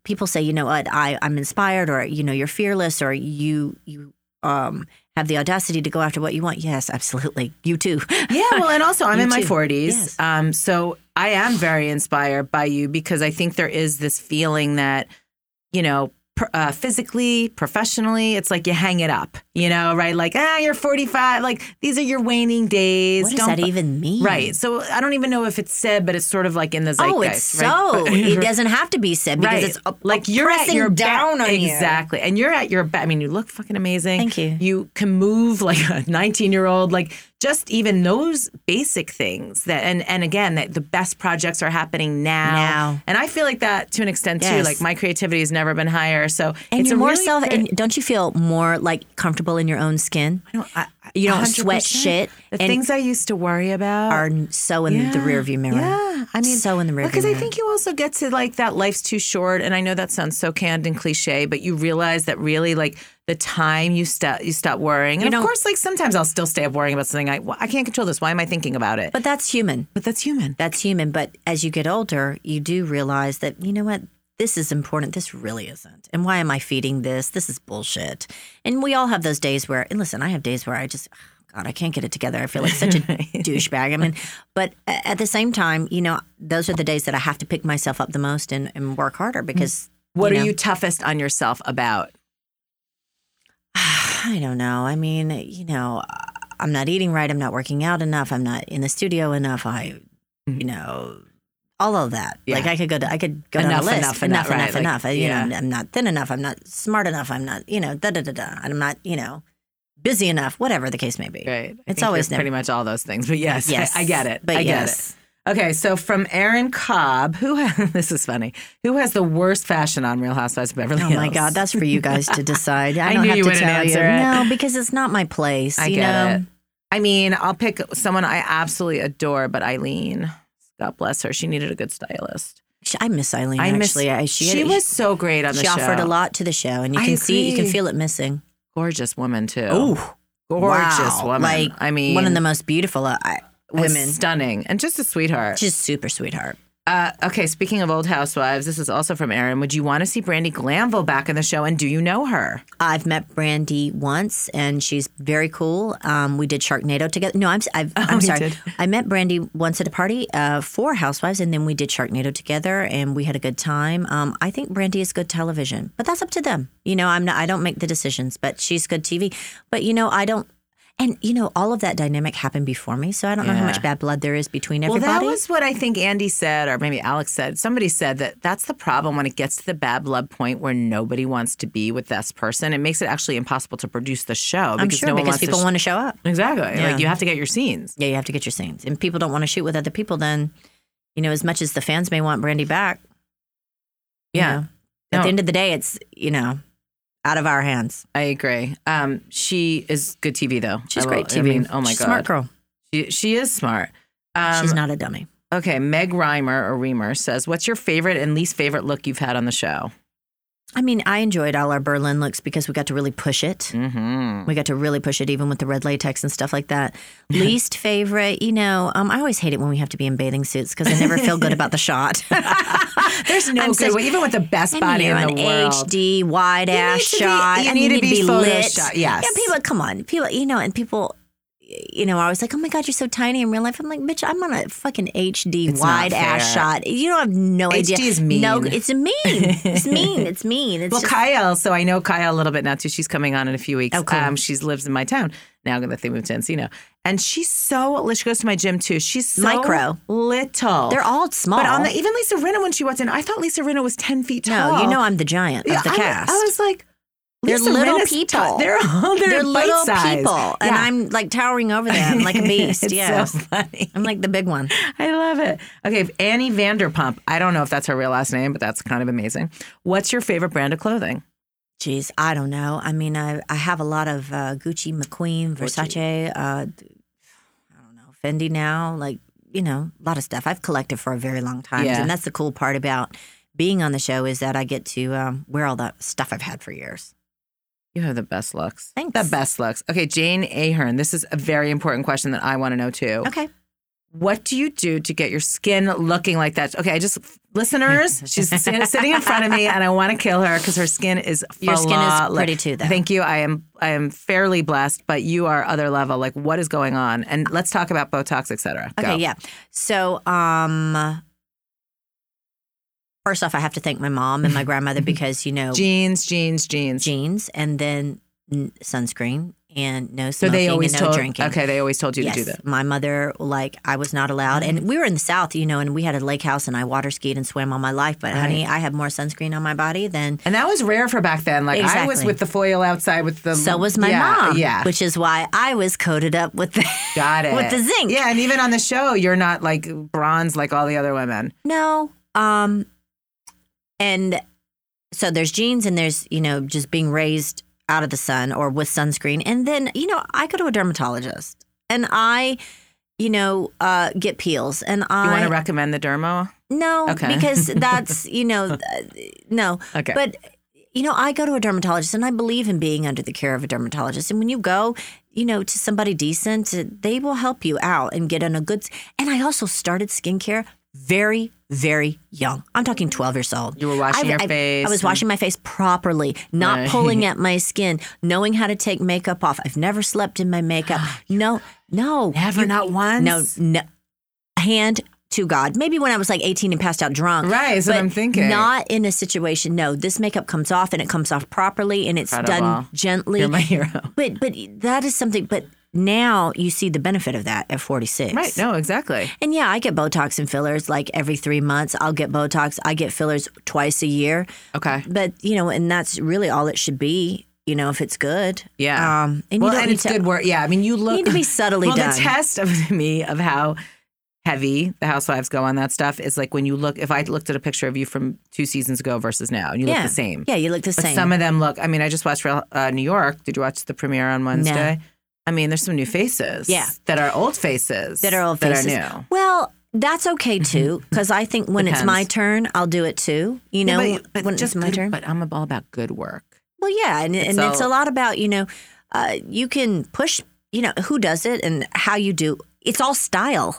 people say, you know what, I, I'm inspired or, you know, you're fearless or you you um have the audacity to go after what you want. Yes, absolutely. You too. Yeah, well, and also I'm You in my too. 40s. Yes. Um, so I am very inspired by you because I think there is this feeling that, you know, pr- uh, physically, professionally, it's like you hang it up, you know, right? Like, ah, you're 45. Like, these are your waning days. what does Don't that bu- even mean? Right. So I don't even know if it's said, but it's sort of like in the zeitgeist. Oh, it's right? so. it doesn't have to be said because Right. it's op- like you're at pressing your down be- on you. exactly, and you're at your best. I mean, you look fucking amazing. Thank you. You can move like a 19 year old. Like just even those basic things that, and and again, that the best projects are happening now. Now. and I feel like that to an extent too. Yes. Like my creativity has never been higher. So And it's you're a more really self. great- And don't you feel more like comfortable in your own skin? I don't, I- I- you don't sweat 100%. shit The and- things I used to worry about Are so in the Yeah. rearview mirror. Yeah, I mean, So in the rearview Because I mirror. think you also get to like that life's too short, and I know that sounds so canned and cliche, but you realize that really like the time you stop you stop worrying, and of don't- course, like sometimes I'll still stay up worrying about something. I well, I can't control this. Why am I thinking about it? But that's human. but that's human. That's human. But as you get older, you do realize that, you know what? This is important. This really isn't. And why am I feeding this? This is bullshit. And we all have those days where, and listen, I have days where I just, oh, God, I can't get it together. I feel like such a douchebag. I mean, but a- at the same time, you know, those are the days that I have to pick myself up the most and, and work harder because What you are know. you toughest on yourself about? I don't know. I mean, you know, I'm not eating right. I'm not working out enough. I'm not in the studio enough. I, you know, all of that. Mm-hmm. Yeah. Like I could go to, I could go down Enough, the list. enough, enough, right, enough. like, enough. I- you yeah. know, I'm not thin enough. I'm not smart enough. I'm not, you know, da da da da. I'm not, you know, busy enough. Whatever the case may be. Right. I It's think always you're pretty much all those things. But yes, I- Yes. I, get it. But I get yes. it. Okay, so from Aaron Cobb, who has, this is funny, who has the worst fashion on Real Housewives of Beverly Oh Hills? my God, that's for you guys to decide. I, I don't knew have you to wouldn't tell answer you. it. No, because it's not my place. I you get know? it. I mean, I'll pick someone I absolutely adore, but Eileen, God bless her, she needed a good stylist. She- I miss Eileen. I miss- actually, I, she, she was so great on the she show. offered a lot to the show, and you I can see, you can agree. feel it missing. Gorgeous woman too. Oh, gorgeous wow. woman. Like I mean, one of the most beautiful uh, I- as women. stunning, and just a sweetheart. She's super sweetheart. Uh, okay, speaking of old housewives, this is also from Erin. Would you want to see Brandy Glanville back in the show, and do you know her? I've met Brandy once, and she's very cool. Um, we did Sharknado together. No, I'm s- I've, I'm Oh, you sorry. did. I met Brandy once at a party uh, for Housewives, and then we did Sharknado together, and we had a good time. Um, I think Brandy is good television, but that's up to them. You know, I'm not. I don't make the decisions, but she's good TV. But you know, I don't. And you know, all of that dynamic happened before me, so I don't know how Yeah. much bad blood there is between everybody. Well, that was what I think Andy said, or maybe Alex said. Somebody said that that's the problem when it gets to the bad blood point where nobody wants to be with this person. It makes it actually impossible to produce the show I'm because sure no one because wants people to. want to show up. exactly, Yeah. like you have to get your scenes. Yeah, you have to get your scenes. And people don't want to shoot with other people, then, you know, as much as the fans may want Brandy back. you Yeah. know, at No. the end of the day, it's, you know, out of our hands. I agree. Um, she is good TV though. She's I will- great TV. I mean, oh my She's a god, Smart girl. She, she is smart. Um, She's not a dummy. Okay, Meg Reimer or Reimer says, "What's your favorite and least favorite look you've had on the show?" I mean, I enjoyed all our Berlin looks because we got to really push it. Mm-hmm. We got to really push it, even with the red latex and stuff like that. Least favorite, you know, um, I always hate it when we have to be in bathing suits because I never feel good about the shot. There's no I'm good such- way, even with the best body you're in the an world. HD wide ass need to be- shot. you I need mean, to you be lit. photoshopped, yes. Yeah, people, come on, people, you know, and people, you know, are always like, oh my god, you're so tiny in real life. I'm like, bitch, I'm on a fucking HD It's not wide ass fair. shot. You don't have no idea. HD is mean. No, it's mean. It's mean. It's mean. It's Well, just- Kyle, so I know Kyle a little bit now too. She's coming on in a few weeks. Oh, cool. Um, she lives in my town now that they moved to Encino. And she's so, she goes to my gym too. She's so Micro. little. they're all small. But on the, even Lisa Rinna, when she walked in, I thought Lisa Rinna was 10 feet tall. no, you know, I'm the giant Yeah, of the I- cast. I, was like, They're Lisa little Rinna's people. tall. They're, all they're, they're little bite-sized. people, and Yeah. I'm like towering over them like a beast. it's yeah, so funny. I'm like the big one. I love it. Okay, Annie Vanderpump. I don't know if that's her real last name, but that's kind of amazing. What's your favorite brand of clothing? Geez, I don't know. I mean, I, I have a lot of uh, Gucci, McQueen, Versace. Uh, d- I don't know Fendi now. Like you know, a lot of stuff. I've collected for a very long time, Yeah. and that's the cool part about being on the show is that I get to um, wear all that stuff I've had for years. You have the best looks. Thanks. The best looks. Okay, Jane Ahern. This is a very important question that I want to know too. Okay, What do you do to get your skin looking like that? Okay, I just listeners, she's sit- sitting in front of me, and I want to kill her because her skin is your skin is flawless. pretty too, though. Thank you. I am I am fairly blessed, but you are other level. Like, what is going on? And let's talk about Botox, etc. Okay, yeah. So, um, first off, I have to thank my mom and my grandmother because you know Jeans, jeans, jeans. jeans, and then n- sunscreen and no So smoking they always and no told. drinking. Okay, they always told you yes, to do that. Mm-hmm. my mother like I was not allowed, and we were in the South, you know, and we had a lake house, and I water skied and swam all my life. But honey, I have more sunscreen on my body than And that was rare for back then. Like I was Exactly. with the foil outside with the. so was my Um, yeah, mom. Yeah, which is why I was coated up with the got it with the zinc. Yeah, and even on the show, you're not like bronze like all the other women. No. Um and so there's jeans and there's, you know, just being raised out of the sun or with sunscreen. And then, you know, I go to a dermatologist and I, you know, uh get peels and You want I to recommend the dermo? no Okay. because that's, you know, uh, no. Okay, But you know, I go to a dermatologist and I believe in being under the care of a dermatologist. And when you go, you know, to somebody decent, they will help you out and get on a good. And I also started skincare very, very young. I'm talking 12 years old. you were washing I- your I- face. I was and- washing my face properly, not Right. pulling at my skin, knowing how to take makeup off. I've never slept in my makeup. No, no. Never, You- not once. No, no. Hand to God. Maybe when I was like 18 and passed out drunk. Right, that's what but I'm thinking. Not in a situation. No, this makeup comes off and it comes off properly and it's done Incredible. gently. You're my hero. but but that is something. But now you see the benefit of that at 46. Right? No, exactly. And yeah, I get Botox and fillers like every three months. I'll get Botox. I get fillers twice a year. Okay. But you know, and that's really all it should be. You know, if it's good. Yeah. Um, and well, you don't and need it's to. good work. Yeah, I mean, you You look. need to be subtly well, done. the test of to me of how heavy the housewives go on that stuff is like when you look. If I looked at a picture of you from two seasons ago versus now, and you yeah. look the same. Yeah, you look the But same. some of them look. I mean, I just watched Real- uh, New York. Did you watch the premiere on Wednesday? I mean, there's some new faces. Yeah. that are old faces. that are old faces. That are new. Mm-hmm. Well, that's okay too, because I think when it's my Depends. turn, I'll do it too. You know, Yeah, but, but when just it's my good- turn. But I'm all about good work. well, yeah, and, and So- it's a lot about you know, uh, you can push. You know, who does it and how you do. It's all style.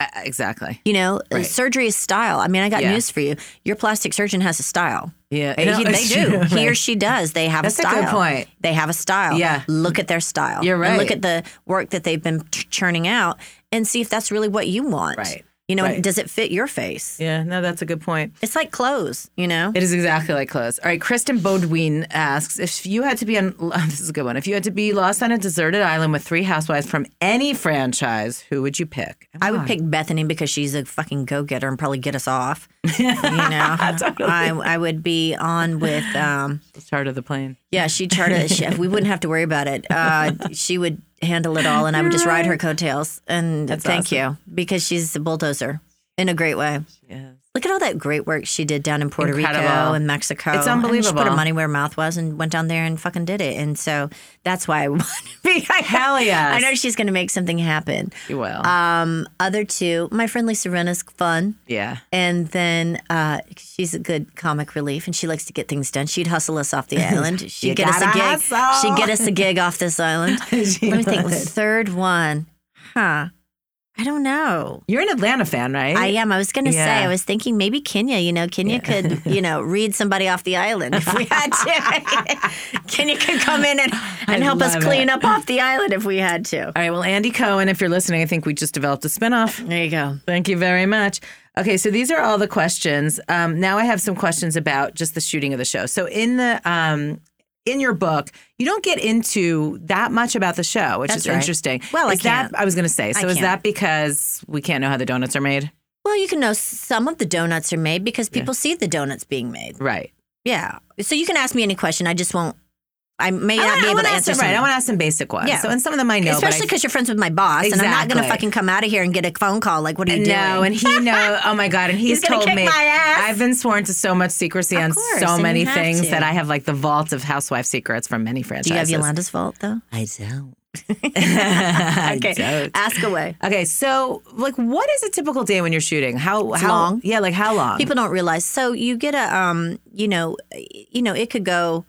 I- exactly. You know, uh, Right. surgery is style. I mean, I got Yeah. news for you. Your plastic surgeon has a style. Yeah, He- no, they it's do. true, He or right. she does. They have That's a a good style. point. They have a style. Yeah. Look at their style. You're And right. look at the work that they've been ch- churning out and see if that's really what you want. Right. You know, and Right. does it fit your face? Yeah, no, that's a good point. It's like clothes, you know? It is exactly like clothes. All right, Kristen Bodwin asks if you had to be on this is a good one. If you had to be lost on a deserted island with three housewives from any franchise, who would you pick? I would pick Bethany because she's a fucking go getter and probably get us off. You know, I, I would be on with, um, Start of the plane. yeah, she charted. She, we wouldn't have to worry about it. Uh, she would handle it all, and I would just ride her coattails. And thank you because she's a bulldozer in a great way. Yes. Look at all that great work she did down in Puerto Rico Incredible. and Mexico. It's I mean, she put her unbelievable. money where her mouth was and went down there and fucking did it. And so that's why I want to be. I, Hell yes. I know she's going to make something happen. You will. Um, other two, my friend Lisa Rinna is fun. yeah. And then uh, she's a good comic relief, and she likes to get things done. She'd hustle us off the island. She'd get us a gotta gig. hustle. She'd get us a gig off this island. She Let me think. would. Third one, huh? I don't know. You're an Atlanta fan, right? I am. I was gonna say. Yeah. I was thinking maybe Kenya. You know, Kenya could you know read somebody off the island if we had to. Kenya could come in and, and I help us love it. clean up off the island if we had to. All right, well, Andy Cohen, if you're listening, I think we just developed a spinoff. There you go. Thank you very much. Okay, so these are all the questions. Um, now I have some questions about just the shooting of the show. So in the um, in your book, you don't get into that much about the show, which That's is right. interesting. Well, I is that can't. I was going to say. So is can't. that because we can't know how the donuts are made? Well, you can know some of the donuts are made because people see the donuts being made. Right. Yeah. So you can ask me any question. I just won't. I may I not wanna- I be able want to to answer. ask them right. I some- want to ask them basic ones. Yeah. So and some of them I know, but I- Especially because you're friends with my boss, and I'm not going to Exactly. fucking come out of here and get a phone call like, "What are you doing?" No, and he know. Oh my god, and he's, He's gonna told kick me. my ass. I've been sworn to so much secrecy on course, so and you many have things to. that I have like the vault of housewife secrets from many franchises. Do you have Yolanda's fault though? I don't. okay, don't. ask away. Okay, so like, what is a typical day when you're shooting? How how long. Yeah, like how long? People don't realize. So you get a, um, you know, you know, it could go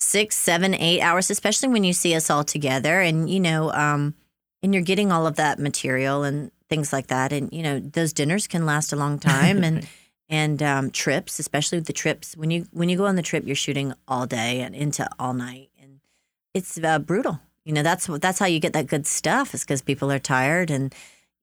six, seven, eight hours, especially when you see us all together, and you know, um, and you're getting all of that material and things like that, and you know, those dinners can last a long time, and and um, trips, especially with the trips when you when you go on the trip, you're shooting all day and into all night, and it's uh, brutal. You know, that's that's how you get that good stuff is because people are tired and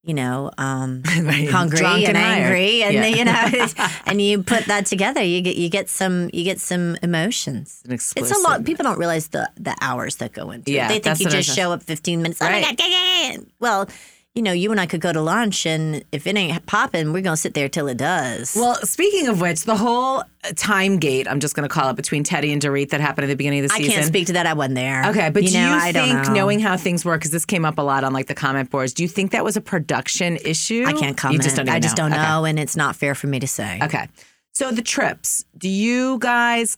you know um, Right. hungry Drunk and and, tired. angry, and Yeah. you know, and you put that together, you get you get some you get some emotions. An It's a explicit- lot. People don't realize the the hours that go into Yeah, it. They think that's you what I just was- show up 15 minutes. Oh my Right. God, yeah, yeah, yeah. Well, you know, you and I could go to lunch, and if it ain't popping, we're gonna sit there till it does. Well, speaking of which, the whole uh, time gate, I'm just going to call it between Teddy and Dorit that happened at the beginning of the I season. can't speak to that. I wasn't there. Okay, but do know, you I don't think know. knowing how things work, because this came up a lot on like the comment boards, do you think that was a production issue? I can't comment. You just don't even I just don't Okay. know, and it's not fair for me to say. Okay. So the trips, do you guys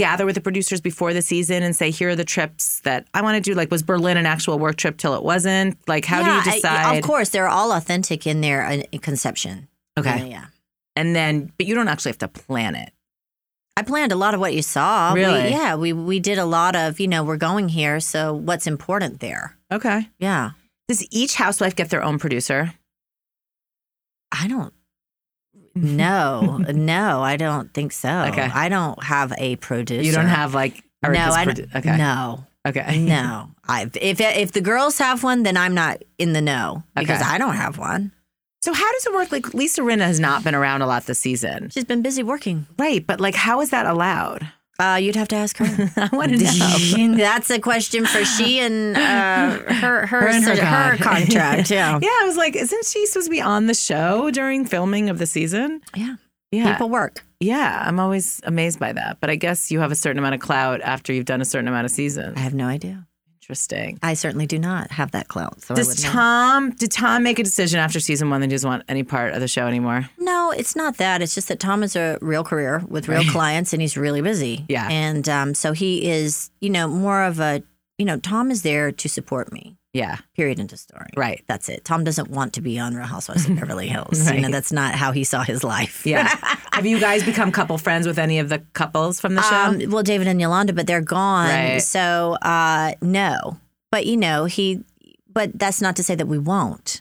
gather with the producers before the season and say, here are the trips that I want to do? Like, was Berlin an actual work trip till it wasn't? Like, how Yeah, do you I- decide? of course, they're all authentic in their uh, conception. Okay. yeah. And then, but you don't actually have to plan it. I planned a lot of what you saw. We- Really? yeah, we we did a lot of you know we're going here, so what's important there? Okay. Yeah, Does each housewife get their own producer? I don't. No, no, I don't think so. Okay. I don't have a producer. You don't have like no, Erica's I produ- don't, okay. no, Okay. no. I if if the girls have one, then I'm not in the know because Okay. I don't have one. So how does it work? Like Lisa Rinna has not been around a lot this season, She's been busy working. right? But like, how is that allowed? Uh, you'd have to ask her. I want to know. That's a question for she and uh, her her her, and her God. contract. Yeah. Yeah, I was like, isn't she supposed to be on the show during filming of the season? yeah. Yeah, People work. yeah. I'm always amazed by that. But I guess you have a certain amount of clout after you've done a certain amount of I seasons. have no idea. Interesting. I certainly do not have that clout. So I Does wouldn't know. Tom did Tom make a decision after season one that he doesn't want any part of the show anymore? No, it's not that. It's just that Tom is a real career with real clients, and he's really busy. Yeah. and um, so he is, you know, more of a, you know, Tom is there to support me. Yeah, Period. End of story. right. That's it. Tom doesn't want to be on Real Housewives of Beverly Hills. You know, Right. that's not how he saw his life. Yeah. have you guys become couple friends with any of the couples from the show? Um, well, David and Yolanda, but they're gone. Right. So uh, no, but you know he. But that's not to say that we won't.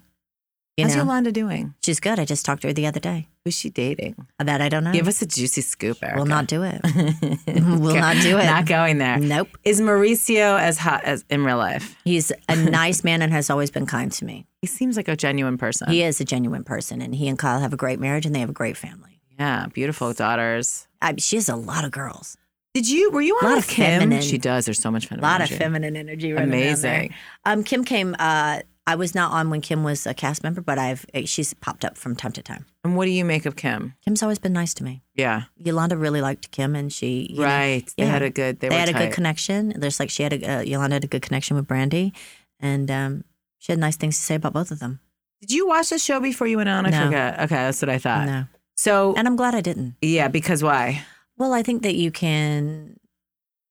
You How's know, Yolanda doing? she's good. I just talked to her the other day. Who's she dating? That I don't know. Give us a juicy scoop, Erica. We'll not do it. we'll not do it. Not going there. Nope. Is Mauricio as hot as in real life? He's a nice man and has always been kind to me. He seems like a genuine person. He is a genuine person, and he and Kyle have a great marriage and they have a great family. yeah, beautiful daughters. I, she has a lot of girls, Did you? Were you on Lot with of Kim? feminine- She does. There's so much fun. a lot of feminine energy. Running around there. Amazing. Um, Kim came. Uh, I was not on when Kim was a cast member, but I've eh, she's popped up from time to time. And what do you make of Kim? Kim's always been nice to me. Yeah, Yolanda really liked Kim, and she you know, right. They yeah. had a good. They, they were had a tight. good connection. There's like she had a uh, Yolanda had a good connection with Brandy, and um, she had nice things to say about both of them. Did you watch the show before you went on? I No. forget. Okay, that's what I thought. no, So and I'm glad I didn't. yeah, because why? Well, I think that you can.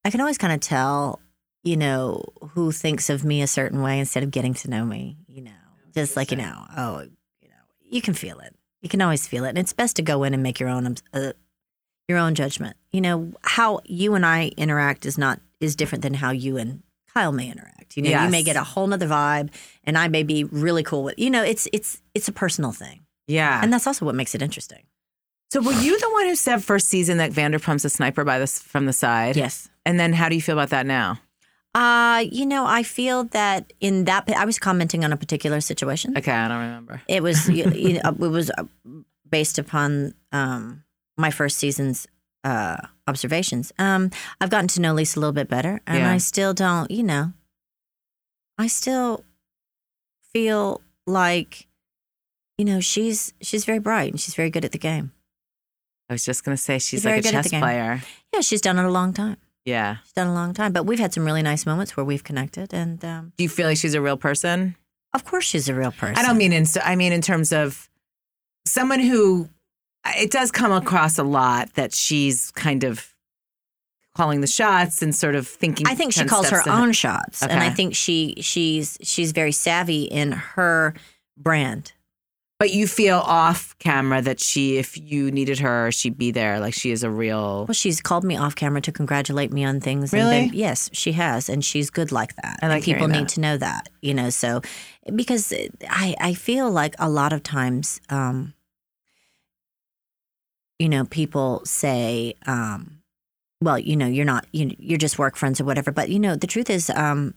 I can always kind of tell, you know, who thinks of me a certain way instead of getting to know me. You know, just like you know, oh, you know, you can feel it. You can always feel it, and it's best to go in and make your own uh, your own judgment. You know, how you and I interact is not is different than how you and Kyle may interact. You know, you may Yes. get a whole nother vibe, and I may be really cool with. You know, it's it's it's a personal thing, Yeah. and that's also what makes it interesting. so were you the one who said first season that Vanderpump's a sniper by this from the side? Yes. And then how do you feel about that now? Uh, you know, I feel that in that I was commenting on a particular situation. Okay, I don't remember. It was you, you know, it was uh, based upon um my first season's uh observations. Um, I've gotten to know Lisa a little bit better, and Yeah. I still don't. You know, I still feel like you know she's she's very bright and she's very good at the game. I was just gonna say she's Very like a good at chess the game. player. Yeah, she's done it a long time. Yeah. She's done it a long time, but we've had some really nice moments where we've connected, and um, Do you feel like she's a real person? of course she's a real person. I don't mean in. I mean in terms of someone who. It does come across a lot that she's kind of calling the shots and sort of thinking. I think she 10 calls her steps ahead. own shots, and I Okay. think she she's she's very savvy in her brand. But you feel off camera that she, if you needed her, she'd be there. Like she is a real. Well, she's called me off camera to congratulate me on things. and Really? been- yes, she has, and she's good like that. I like and people hearing need that. to know that, you know. So, because I I feel like a lot of times, um, you know, people say, um, well, you know, you're not you you're just work friends or whatever. But you know, the truth is, um,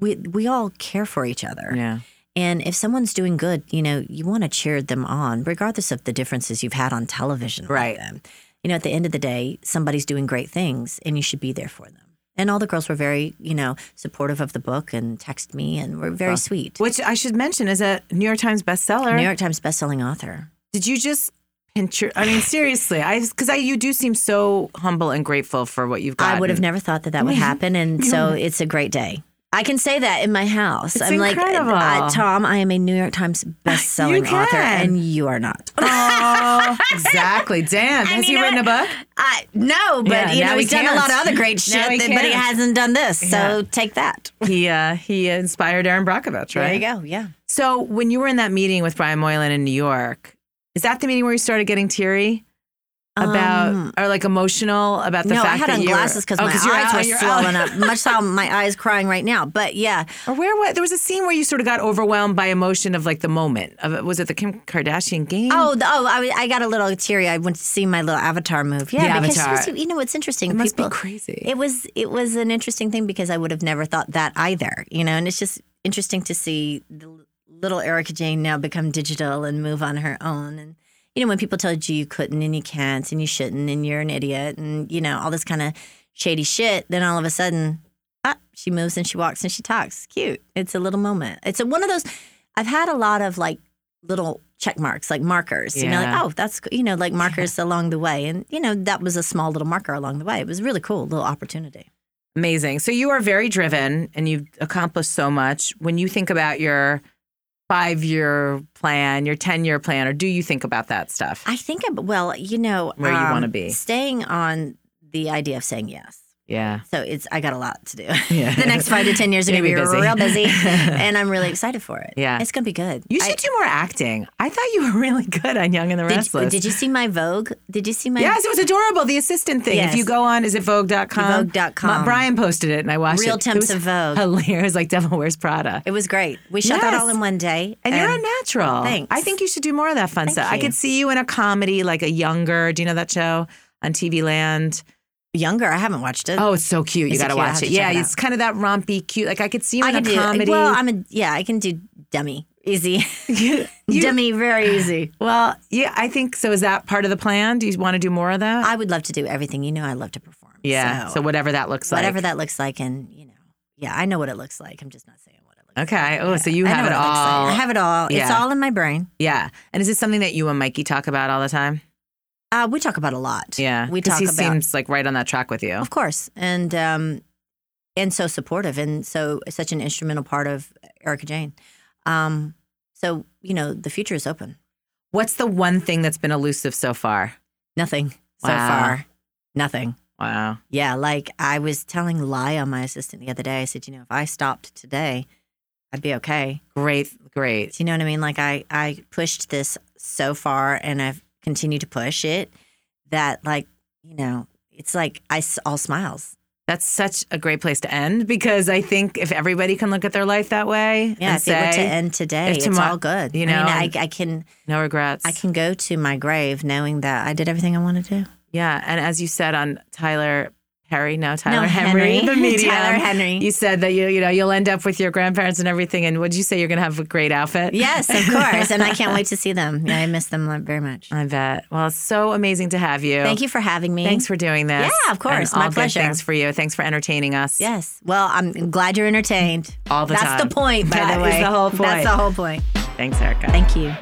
we we all care for each other. Yeah. And if someone's doing good, you know, you want to cheer them on, regardless of the differences you've had on television. with Right. them. You know, at the end of the day, somebody's doing great things and you should be there for them. And all the girls were very, you know, supportive of the book and text me and were very sweet. Which I should mention is a New York Times bestseller. New York Times bestselling author. Did you just pinch your? I mean, seriously, I because I you do seem so humble and grateful for what you've got. I would have never thought that that would happen. And so it's a great day. I can say that in my house. It's I'm incredible. like, uh, Tom, I am a New York Times bestselling author can. and you are not. Oh, exactly. Damn. Has he you know written a book? I no, but Yeah, you now know he he's done can't. a lot of other great Now shit, he that- but he can't. hasn't done this. So take that. He uh, he inspired Aaron Brockovich, right? go. Yeah. So when you were in that meeting with Brian Moylan in New York, is that the meeting where you started getting teary about Um, or like emotional about the no, fact I had that on you glasses because oh, my eyes 'cause you're out, were you're out. swollen up, much how my eyes crying right now. But yeah, Or where was there was a scene where you sort of got overwhelmed by emotion of like the moment of was it the Kim Kardashian game? oh, the, oh, I, I got a little teary. I went to see my little avatar move. Yeah, The because Avatar. it was- you know it's interesting. it must People, be crazy. It was it was an interesting thing because I would have never thought that either. You know, and it's just interesting to see the little Erica Jane now become digital and move on her own. And you know, when people tell you you couldn't and you can't and you shouldn't and you're an idiot and you know all this kind of shady shit, then all of a sudden, ah, she moves and she walks and she talks. Cute. It's a little moment. It's a, one of those. I've had a lot of like little check marks, like markers. You know, Yeah. like oh, that's you know, like markers along the way, and you know that was a small little marker along the way. It was really cool, little opportunity. Amazing. So you are very driven and you've accomplished so much. When you think about your five year plan, your 10 year plan, or do you think about that stuff? I think, I'm, well, you know, um, Where you wanna be. staying on the idea of saying yes. Yeah. So it's I got a lot to do. Yeah. the next five to ten years are You're gonna be, gonna be real busy. busy, and I'm really excited for it. Yeah. it's gonna be good. You I- should do more acting. I thought you were really good on Young and the did, Restless. did you see my Vogue? Did you see my Yes, it was adorable. The assistant thing. If Yes. you go on, is it Vogue.com? Vogue.com. My- Brian posted it and I watched it. Real It temps was of Vogue. Hilarious, like Devil Wears Prada. It was great. We shot that Yes. all in one day. And you're a natural. thanks. I think you should do more of that fun stuff. I you. could see you in a comedy, like a younger. Do you know that show on TV Land? younger. I haven't watched it. Oh, it's so cute. You Is it got to cute? I watch have it. to check Yeah, it out. it's kind of that rompy, cute. Like I could see you I in a can do. comedy. Well, I'm a yeah. I can do dummy easy. You- dummy very easy. well, yeah, I think so. Is that part of the plan? Do you want to do more of that? I would love to do everything. You know, I love to perform. yeah. So, So, whatever that looks like. whatever that looks like, and you know, yeah, I know what it looks like. I'm just not saying what it looks. Okay. Oh, so you I have know it what looks like. all. I have it all. It's Yeah. all in my brain. yeah. And is this something that you and Mikey talk about all the time? Uh, we talk about a lot. Yeah. we 'Cause talk he about seems like right on that track with you. Of course, and um, and so supportive, and so such an instrumental part of Erica Jane. Um, so you know, the future is open. What's the one thing that's been elusive so far? Nothing so Wow. far. Nothing. Wow. Yeah, like I was telling Laya, my assistant, the other day. I said, you know, if I stopped today, I'd be okay. Great, great. Do you know what I mean? Like I I pushed this so far, and I've continued to push it. That like you know, it's like I s- all smiles. That's such a great place to end because I think if everybody can look at their life that way Yeah, and if it were to say end today, if it's tomorrow- all good. you know, I mean, and- I, I can no regrets. I can go to my grave knowing that I did everything I want to do. yeah, and as you said on Tyler Perry, no Tyler no, Henry, the medium. Tyler Henry. You said that you you know you'll end up with your grandparents and everything, and would you say you're gonna have a great outfit? yes, of course, and I can't wait to see them. Yeah, I miss them like, very much. I bet. Well, it's so amazing to have you. Thank you for having me. Thanks for doing this. Yeah, of course. And all My good pleasure. Thanks for you. Thanks for entertaining us. Yes. Well, I'm glad you're entertained. All the That's time. the point, by That the is way. the whole That's point. the whole point. Thanks, Erica. Thank you.